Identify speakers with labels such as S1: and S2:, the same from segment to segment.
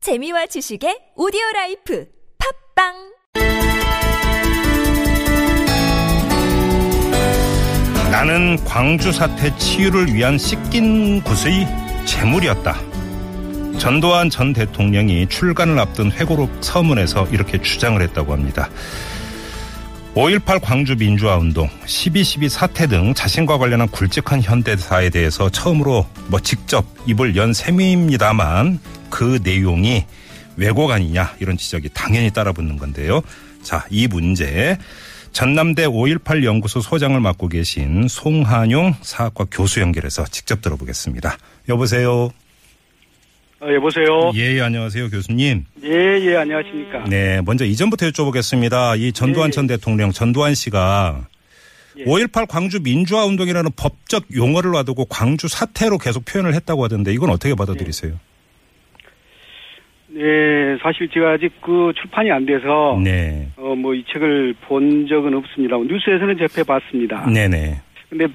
S1: 재미와 지식의 오디오 라이프 팝빵
S2: 나는 광주 사태 치유를 위한 씻긴 굿의 재물이었다. 전두환 전 대통령이 출간을 앞둔 회고록 서문에서 이렇게 주장을 했다고 합니다. 5.18 광주 민주화운동, 12.12 사태 등 자신과 관련한 굵직한 현대사에 대해서 처음으로 뭐 직접 입을 연 셈입니다만 그 내용이 왜곡 아니냐 이런 지적이 당연히 따라붙는 건데요. 자, 이 문제 전남대 5.18 연구소 소장을 맡고 계신 송한용 사학과 교수 연결해서 직접 들어보겠습니다. 여보세요.
S3: 아, 여보세요.
S2: 예, 안녕하세요, 교수님.
S3: 예, 예, 안녕하십니까.
S2: 네, 먼저 이전부터 여쭤보겠습니다. 이 전두환
S3: 네.
S2: 전 대통령, 전두환 씨가
S3: 예.
S2: 5.18 광주 민주화 운동이라는 법적 용어를 놔두고 광주 사태로 계속 표현을 했다고 하던데 이건 어떻게 받아들이세요?
S3: 예, 사실 제가 아직 그 출판이 안 돼서
S2: 네.
S3: 어 뭐 이 책을 본 적은 없습니다. 뉴스에서는 접해 봤습니다.
S2: 네네.
S3: 근데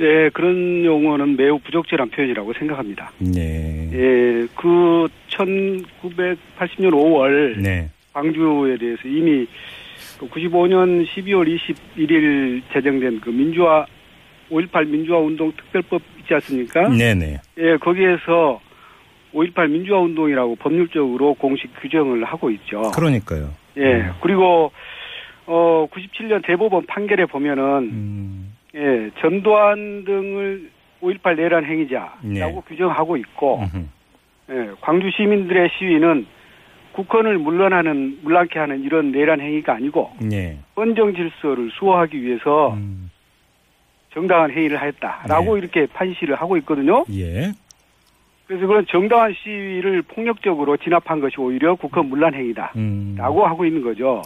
S3: 예, 그런 용어는 매우 부적절한 표현이라고 생각합니다.
S2: 네.
S3: 예, 그 1980년 5월
S2: 네.
S3: 광주에 대해서 이미 그 95년 12월 21일 제정된 그 민주화 5.18 민주화 운동 특별법 있지 않습니까?
S2: 네네.
S3: 예, 거기에서 5.18 민주화 운동이라고 법률적으로 공식 규정을 하고 있죠.
S2: 그러니까요.
S3: 예, 그리고 어 97년 대법원 판결에 보면은
S2: 음,
S3: 예, 전두환 등을 5.18 내란 행위자라고
S2: 네.
S3: 규정하고 있고
S2: 음흠.
S3: 예, 광주 시민들의 시위는 국권을 물러나는 물란케 하는 이런 내란 행위가 아니고
S2: 네.
S3: 헌정 질서를 수호하기 위해서
S2: 음,
S3: 정당한 행위를 하였다라고
S2: 네.
S3: 이렇게 판시를 하고 있거든요.
S2: 예.
S3: 그래서 그런 정당한 시위를 폭력적으로 진압한 것이 오히려 국헌 문란 행위다라고
S2: 음.
S3: 하고 있는 거죠.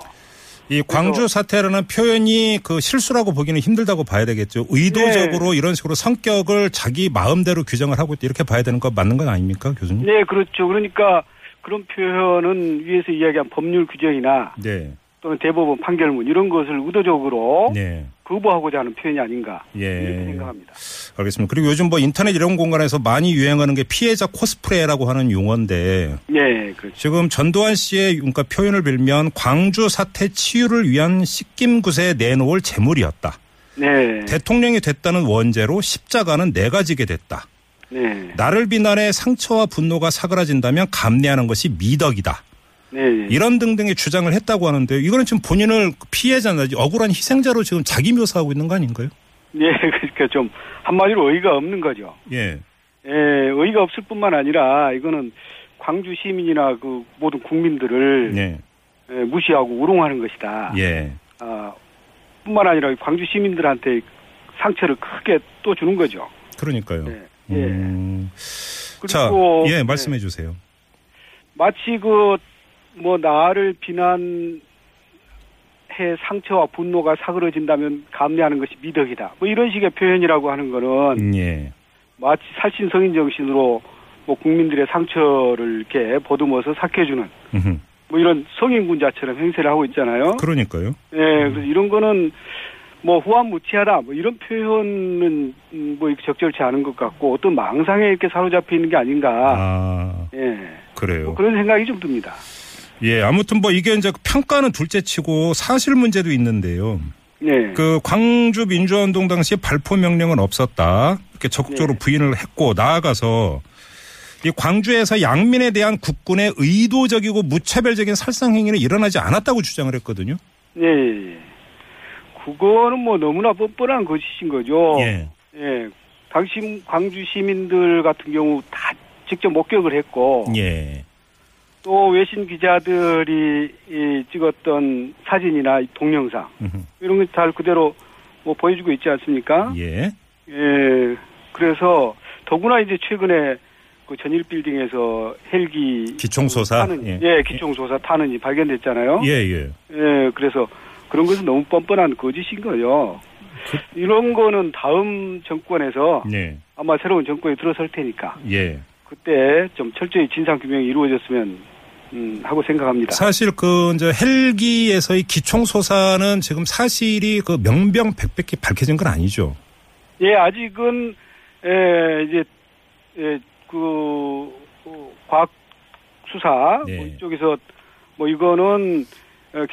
S2: 이 광주
S3: 그래서-
S2: 사태라는 표현이 그 실수라고 보기는 힘들다고 봐야 되겠죠. 의도적으로
S3: 네.
S2: 이런 식으로 성격을 자기 마음대로 규정을 하고 있다 이렇게 봐야 되는 거 맞는 건 아닙니까, 교수님?
S3: 네, 그렇죠. 그러니까 그런 표현은 위에서 이야기한 법률 규정이나
S2: 네.
S3: 또는 대법원 판결문 이런 것을 의도적으로
S2: 네.
S3: 거부하고자 하는 표현이 아닌가 이렇게
S2: 예.
S3: 생각합니다.
S2: 알겠습니다. 그리고 요즘 뭐 인터넷 이런 공간에서 많이 유행하는 게 피해자 코스프레라고 하는 용어인데
S3: 네, 그렇죠.
S2: 지금 전두환 씨의 그러니까 표현을 빌면 광주 사태 치유를 위한 식김굿에 내놓을 재물이었다.
S3: 네,
S2: 대통령이 됐다는 원죄로 십자가는 내가 지게 됐다.
S3: 네,
S2: 나를 비난해 상처와 분노가 사그라진다면 감내하는 것이 미덕이다.
S3: 네, 네.
S2: 이런 등등의 주장을 했다고 하는데 이거는 지금 본인을 피해자나 억울한 희생자로 지금 자기 묘사하고 있는 거 아닌가요?
S3: 네, 그러니까 좀 한마디로 의의가 없는 거죠.
S2: 예.
S3: 예, 의의가 없을 뿐만 아니라 이거는 광주 시민이나 그 모든 국민들을
S2: 예.
S3: 예, 무시하고 우롱하는 것이다.
S2: 예.
S3: 아, 뿐만 아니라 광주 시민들한테 상처를 크게 또 주는 거죠.
S2: 그러니까요.
S3: 예. 예.
S2: 네. 음. 자,
S3: 그리고
S2: 예, 말씀해 주세요.
S3: 예, 마치 그 뭐 나를 비난해 상처와 분노가 사그러진다면 감내하는 것이 미덕이다. 뭐 이런 식의 표현이라고 하는 거는
S2: 예.
S3: 마치 살신 성인 정신으로 뭐 국민들의 상처를 이렇게 보듬어서 삭혀주는
S2: 음흠.
S3: 뭐 이런 성인군자처럼 행세를 하고 있잖아요.
S2: 그러니까요.
S3: 예, 그래서 이런 거는 뭐 후한무치하다 뭐 이런 표현은 음, 뭐 적절치 않은 것 같고 어떤 망상에 이렇게 사로잡혀 있는 게 아닌가.
S2: 아,
S3: 예.
S2: 그래요.
S3: 뭐 그런 생각이 좀 듭니다.
S2: 예, 아무튼 뭐 이게 이제 평가는 둘째 치고 사실 문제도 있는데요.
S3: 네.
S2: 그 광주 민주화운동 당시 발포 명령은 없었다. 이렇게 적극적으로
S3: 네.
S2: 부인을 했고 나아가서 이 광주에서 양민에 대한 국군의 의도적이고 무차별적인 살상 행위는 일어나지 않았다고 주장을 했거든요.
S3: 예, 예, 예. 그거는 뭐 너무나 뻔뻔한 것이신 거죠.
S2: 예.
S3: 예. 당시 광주 시민들 같은 경우 다 직접 목격을 했고
S2: 예.
S3: 또 외신 기자들이 이 찍었던 사진이나 이 동영상
S2: 음흠.
S3: 이런 걸 잘 그대로 뭐 보여주고 있지 않습니까?
S2: 예.
S3: 예, 그래서 더구나 이제 최근에 그 전일 빌딩에서 헬기
S2: 기총소사.
S3: 타는,
S2: 예.
S3: 예. 기총소사 타는이 발견됐잖아요.
S2: 예, 예.
S3: 예, 그래서 그런 것은 너무 뻔뻔한 거짓인 거예요. 이런 거는 다음 정권에서
S2: 네.
S3: 아마 새로운 정권이 들어설 테니까
S2: 예.
S3: 그때 좀 철저히 진상 규명이 이루어졌으면 음, 하고 생각합니다.
S2: 사실 그 이제 헬기에서의 기총 소사는 지금 사실이 그 명명백백히 밝혀진 건 아니죠.
S3: 예, 아직은 예, 이제 예, 그 어, 그 과학 수사
S2: 네.
S3: 뭐 이쪽에서 뭐 이거는 어,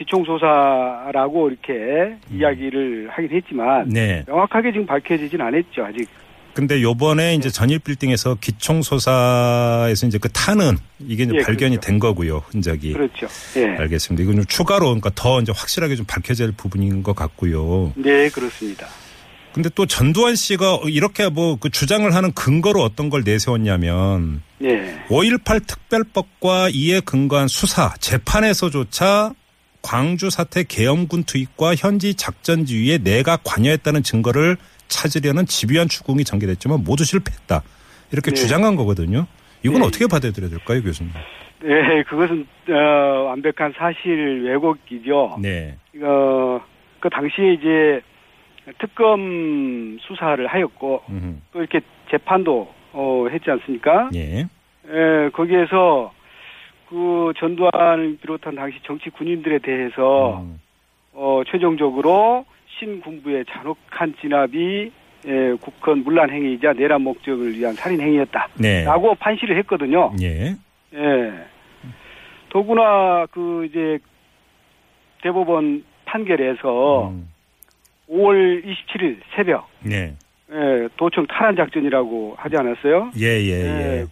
S3: 기총소사라고 이렇게
S2: 음.
S3: 이야기를 하긴 했지만
S2: 네.
S3: 명확하게 지금 밝혀지진 않았죠 아직
S2: 근데 요번에
S3: 네.
S2: 이제 전일 빌딩에서 기총소사에서 이제 그 탄은 이게 이제
S3: 예,
S2: 발견이
S3: 그렇죠.
S2: 된 거고요. 흔적이.
S3: 그렇죠 예.
S2: 알겠습니다. 이건 좀 추가로 그러니까 더 이제 확실하게 좀 밝혀질 부분인 것 같고요.
S3: 네 그렇습니다
S2: 근데 또 전두환 씨가 이렇게 뭐 그 주장을 하는 근거로 어떤 걸 내세웠냐면
S3: 예
S2: 5.18 특별법과 이에 근거한 수사, 재판에서조차 광주 사태 계엄군 투입과 현지 작전 지휘에 내가 관여했다는 증거를 찾으려는 집요한 추궁이 전개됐지만 모두 실패했다. 이렇게
S3: 네.
S2: 주장한 거거든요. 이건
S3: 네.
S2: 어떻게 받아들여야 될까요, 교수님?
S3: 네, 그것은 어, 완벽한 사실 왜곡이죠.
S2: 네.
S3: 어, 그 당시에 이제 특검 수사를 하였고
S2: 음.
S3: 또 이렇게 재판도 어, 했지 않습니까?
S2: 예.
S3: 예, 거기에서 그 전두환을 비롯한 당시 정치 군인들에 대해서
S2: 음.
S3: 어, 최종적으로 신군부의 잔혹한 진압이 예, 국헌 문란 행위이자 내란 목적을 위한 살인 행위였다라고
S2: 네.
S3: 판시를 했거든요.
S2: 예.
S3: 예. 더구나 그 이제 대법원 판결에서
S2: 음.
S3: 5월 27일 새벽
S2: 네.
S3: 예, 도청 탈환 작전이라고 하지 않았어요?
S2: 예, 예, 예.
S3: 예.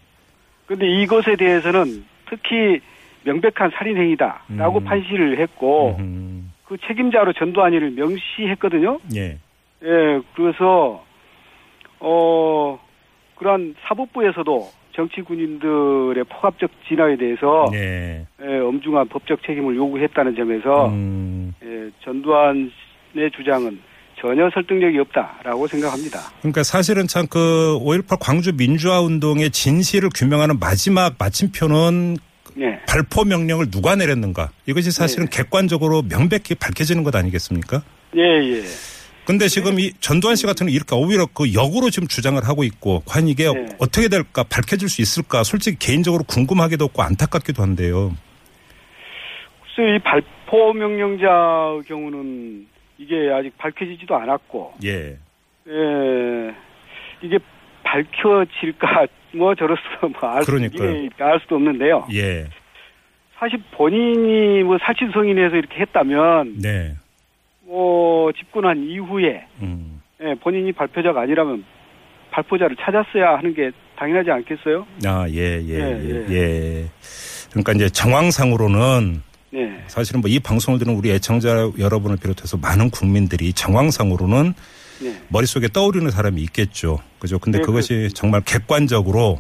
S3: 근데 이것에 대해서는 특히 명백한 살인 행위다라고
S2: 음.
S3: 판시를 했고
S2: 음.
S3: 그 책임자로 전두환이를 명시했거든요.
S2: 예.
S3: 예, 그래서 어 그러한 사법부에서도 정치 군인들의 포괄적 진화에 대해서
S2: 네.
S3: 예, 엄중한 법적 책임을 요구했다는 점에서
S2: 음.
S3: 예, 전두환의 주장은 전혀 설득력이 없다라고 생각합니다.
S2: 그러니까 사실은 참 그 5.18 광주 민주화 운동의 진실을 규명하는 마지막 마침표는
S3: 예,
S2: 발포 명령을 누가 내렸는가. 이것이 사실은 객관적으로 명백히 밝혀지는 것 아니겠습니까?
S3: 예, 예.
S2: 근데 지금 이 전두환 씨 같은 경우 이렇게 오히려 그 역으로 지금 주장을 하고 있고 과연 이게
S3: 네.
S2: 어떻게 될까 밝혀질 수 있을까 솔직히 개인적으로 궁금하기도 없고 안타깝기도 한데요.
S3: 글쎄 이 발포 명령자의 경우는 이게 아직 밝혀지지도 않았고,
S2: 예.
S3: 예, 이게 밝혀질까 뭐 저로서 뭐알 예,
S2: 그러니까요.
S3: 알 수도 없는데요.
S2: 예.
S3: 사실 본인이 뭐 사실 성인해서 이렇게 했다면
S2: 네.
S3: 뭐 집권한 이후에
S2: 음.
S3: 예, 본인이 발표자가 아니라면 발표자를 찾았어야 하는 게 당연하지 않겠어요?
S2: 아, 예, 예, 예,
S3: 예,
S2: 예. 그러니까 이제 정황상으로는
S3: 네.
S2: 사실은 뭐 이 방송을 듣는 우리 애청자 여러분을 비롯해서 많은 국민들이 정황상으로는
S3: 네.
S2: 머릿속에 떠오르는 사람이 있겠죠. 그죠. 근데
S3: 네,
S2: 그것이 정말 객관적으로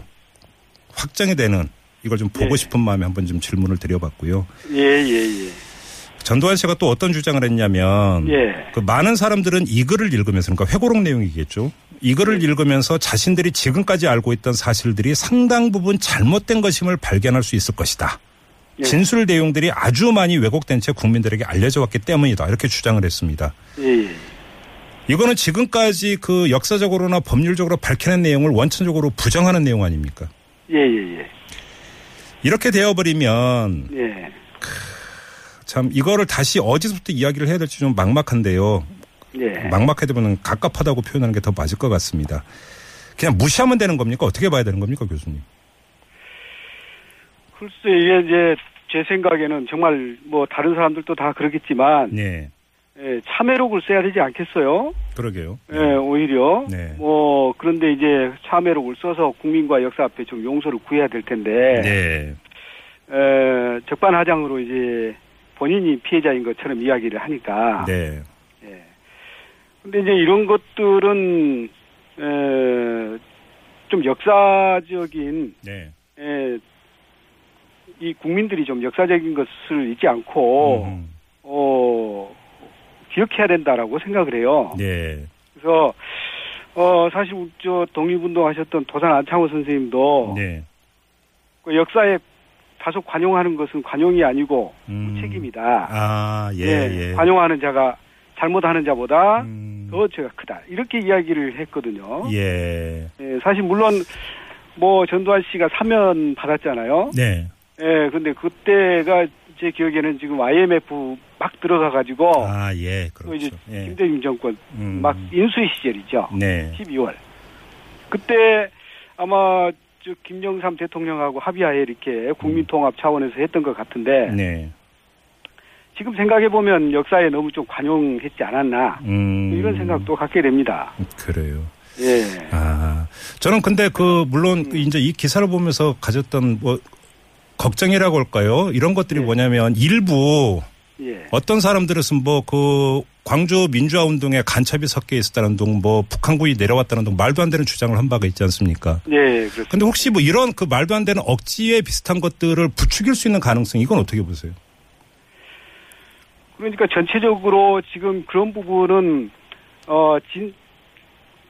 S2: 확정이 되는 이걸 좀 보고
S3: 네.
S2: 싶은 마음에 한번 좀 질문을 드려봤고요.
S3: 예, 예,
S2: 전두환 씨가 또 어떤 주장을 했냐면
S3: 예. 예.
S2: 그 많은 사람들은 이 글을 읽으면서 그러니까 회고록 내용이겠죠. 이 글을 읽으면서 자신들이 지금까지 알고 있던 사실들이 상당 부분 잘못된 것임을 발견할 수 있을 것이다.
S3: 예.
S2: 진술 내용들이 아주 많이 왜곡된 채 국민들에게 알려져 왔기 때문이다. 이렇게 주장을 했습니다.
S3: 예, 예.
S2: 이거는 지금까지 그 역사적으로나 법률적으로 밝혀낸 내용을 원천적으로 부정하는 내용 아닙니까?
S3: 예, 예, 예.
S2: 이렇게 되어버리면
S3: 예.
S2: 참 이거를 다시 어디서부터 이야기를 해야 될지 좀 막막한데요.
S3: 예.
S2: 막막하다 보면 갑갑하다고 표현하는 게 더 맞을 것 같습니다. 그냥 무시하면 되는 겁니까? 어떻게 봐야 되는 겁니까, 교수님?
S3: 글쎄, 이게 이제 제 생각에는 정말 뭐 다른 사람들도 다 그러겠지만,
S2: 네,
S3: 예, 참회록을 써야 되지 않겠어요?
S2: 그러게요.
S3: 예, 오히려.
S2: 네.
S3: 뭐, 그런데 이제 참회록을 써서 국민과 역사 앞에 좀 용서를 구해야 될 텐데,
S2: 네,
S3: 에, 적반하장으로 이제 본인이 피해자인 것처럼 이야기를 하니까.
S2: 네,
S3: 예. 근데 이제 이런 것들은, 에, 좀 역사적인,
S2: 네.
S3: 에, 이 국민들이 좀 역사적인 것을 잊지 않고,
S2: 음,
S3: 어, 기억해야 된다라고 생각을 해요.
S2: 네,
S3: 그래서, 어, 사실 저 독립운동 하셨던 도산 안창호 선생님도
S2: 네.
S3: 그 역사에 다소 관용하는 것은 관용이 아니고
S2: 음.
S3: 그 책임이다.
S2: 아, 예,
S3: 예,
S2: 예.
S3: 관용하는 자가 잘못하는 자보다
S2: 음,
S3: 더 죄가 크다. 이렇게 이야기를 했거든요.
S2: 예,
S3: 예, 사실 물론 뭐 전두환 씨가 사면 받았잖아요.
S2: 네.
S3: 예, 근데 그때가 제 기억에는 지금 IMF 막 들어가 가지고
S2: 아, 예,
S3: 또 이제
S2: 그렇죠. 예.
S3: 김대중 정권
S2: 음,
S3: 막 인수위 시절이죠.
S2: 네,
S3: 12월. 그때 아마 저 쭉 김영삼 대통령하고 합의하에 이렇게 국민통합 차원에서 했던 것 같은데
S2: 네.
S3: 지금 생각해 보면 역사에 너무 좀 관용했지 않았나
S2: 음.
S3: 이런 생각도 갖게 됩니다.
S2: 그래요.
S3: 예.
S2: 아, 저는 근데 그 물론 그 이제 이 기사를 보면서 가졌던 뭐 걱정이라고 할까요? 이런 것들이
S3: 네.
S2: 뭐냐면 일부
S3: 예.
S2: 어떤 사람들은 뭐 그 광주 민주화 운동에 간첩이 섞여 있었다는 둥, 뭐 북한군이 내려왔다는 둥 말도 안 되는 주장을 한 바가 있지 않습니까?
S3: 예, 그렇습니다.
S2: 근데 혹시 뭐 이런 그 말도 안 되는 억지에 비슷한 것들을 부추길 수 있는 가능성 이건 어떻게 보세요?
S3: 그러니까 전체적으로 지금 그런 부분은 어, 진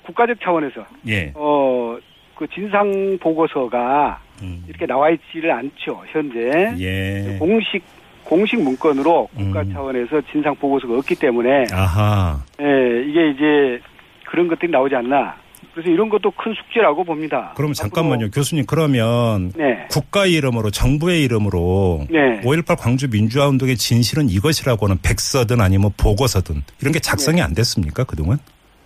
S3: 국가적 차원에서
S2: 예.
S3: 어, 그 진상 보고서가
S2: 음.
S3: 이렇게 나와 있지를 않죠. 현재
S2: 예.
S3: 공식 공식 문건으로 국가
S2: 음.
S3: 차원에서 진상 보고서가 없기 때문에
S2: 아하.
S3: 예, 이게 이제 그런 것들이 나오지 않나. 그래서 이런 것도 큰 숙제라고 봅니다.
S2: 그럼 잠깐만요. 교수님 그러면
S3: 앞으로- 네.
S2: 국가의 이름으로 정부의 이름으로
S3: 네.
S2: 5.18 광주 민주화 운동의 진실은 이것이라고는 백서든 아니면 보고서든 이런 게 작성이 안 됐습니까 그동안?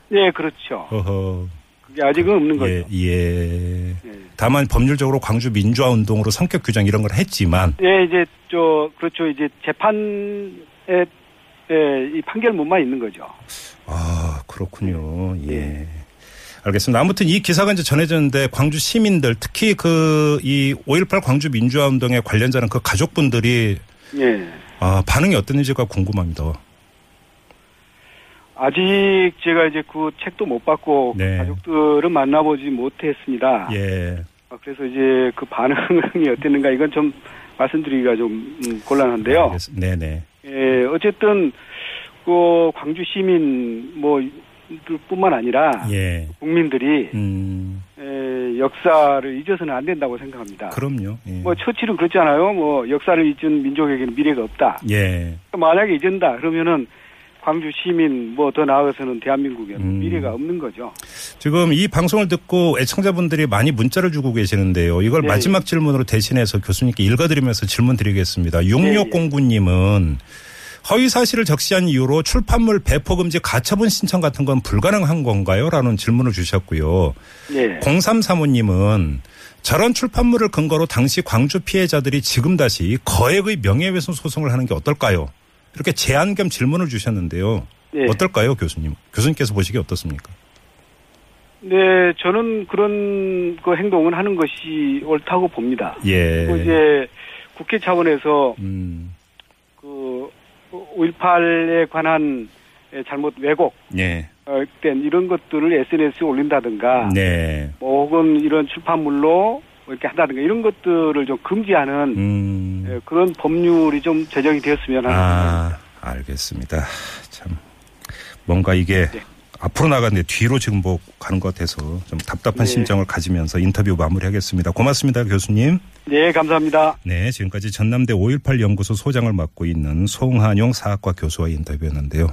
S3: 네, 그렇죠.
S2: 어허.
S3: 그게 아직은 없는
S2: 예,
S3: 거죠.
S2: 예.
S3: 예.
S2: 다만 법률적으로 광주 민주화 운동으로 성격 규정 이런 걸 했지만
S3: 예, 이제 저 그렇죠. 이제 재판에 예, 이 판결문만 있는 거죠.
S2: 아 그렇군요. 예.
S3: 예.
S2: 알겠습니다. 아무튼 이 기사가 이제 전해졌는데 광주 시민들 특히 그 이 5.18 광주 민주화 운동에 관련자는 그 가족분들이
S3: 예.
S2: 아, 반응이 어땠는지가 궁금합니다.
S3: 아직 제가 이제 그 책도 못 받고
S2: 네.
S3: 가족들은 만나보지 못했습니다.
S2: 예.
S3: 아, 그래서 이제 그 반응이 어땠는가 이건 좀 말씀드리기가 좀 음, 곤란한데요.
S2: 알겠습- 네네.
S3: 예, 어쨌든 그 광주 시민 뭐 뭐뿐만 아니라
S2: 예.
S3: 국민들이
S2: 음.
S3: 에, 역사를 잊어서는 안 된다고 생각합니다.
S2: 그럼요. 예.
S3: 뭐 처칠은 그렇잖아요. 뭐 역사를 잊은 민족에게는 미래가 없다.
S2: 예.
S3: 만약에 잊은다 그러면은 광주 시민 뭐 더 나아가서는 대한민국에는
S2: 음.
S3: 미래가 없는 거죠.
S2: 지금 이 방송을 듣고 애청자분들이 많이 문자를 주고 계시는데요. 이걸
S3: 네,
S2: 마지막 질문으로 대신해서 교수님께 읽어드리면서 질문 드리겠습니다. 6609님은 허위 사실을 적시한 이유로 출판물 배포 금지 가처분 신청 같은 건 불가능한 건가요? 라는 질문을 주셨고요.
S3: 예.
S2: 0335님은 저런 출판물을 근거로 당시 광주 피해자들이 지금 다시 거액의 명예훼손 소송을 하는 게 어떨까요? 이렇게 제안 겸 질문을 주셨는데요.
S3: 예.
S2: 어떨까요, 교수님? 교수님께서 보시기에 어떻습니까?
S3: 네, 저는 그런 그 행동은 하는 것이 옳다고 봅니다.
S2: 예.
S3: 그리고 뭐 이제 국회 차원에서
S2: 음.
S3: 그 5.18에 관한 잘못 왜곡
S2: 네.
S3: 어, 된 이런 것들을 SNS에 올린다든가
S2: 네.
S3: 뭐 혹은 이런 출판물로 뭐 이렇게 한다든가 이런 것들을 좀 금지하는
S2: 음.
S3: 예, 그런 법률이 좀 제정이 되었으면 하는
S2: 아, 알겠습니다. 참. 뭔가 이게
S3: 네.
S2: 앞으로 나가는데 뒤로 지금 뭐 가는 것 같아서 좀 답답한
S3: 네.
S2: 심정을 가지면서 인터뷰 마무리하겠습니다. 고맙습니다, 교수님.
S3: 네 감사합니다.
S2: 네, 지금까지 전남대 5.18 연구소 소장을 맡고 있는 송한용 사학과 교수와 인터뷰였는데요.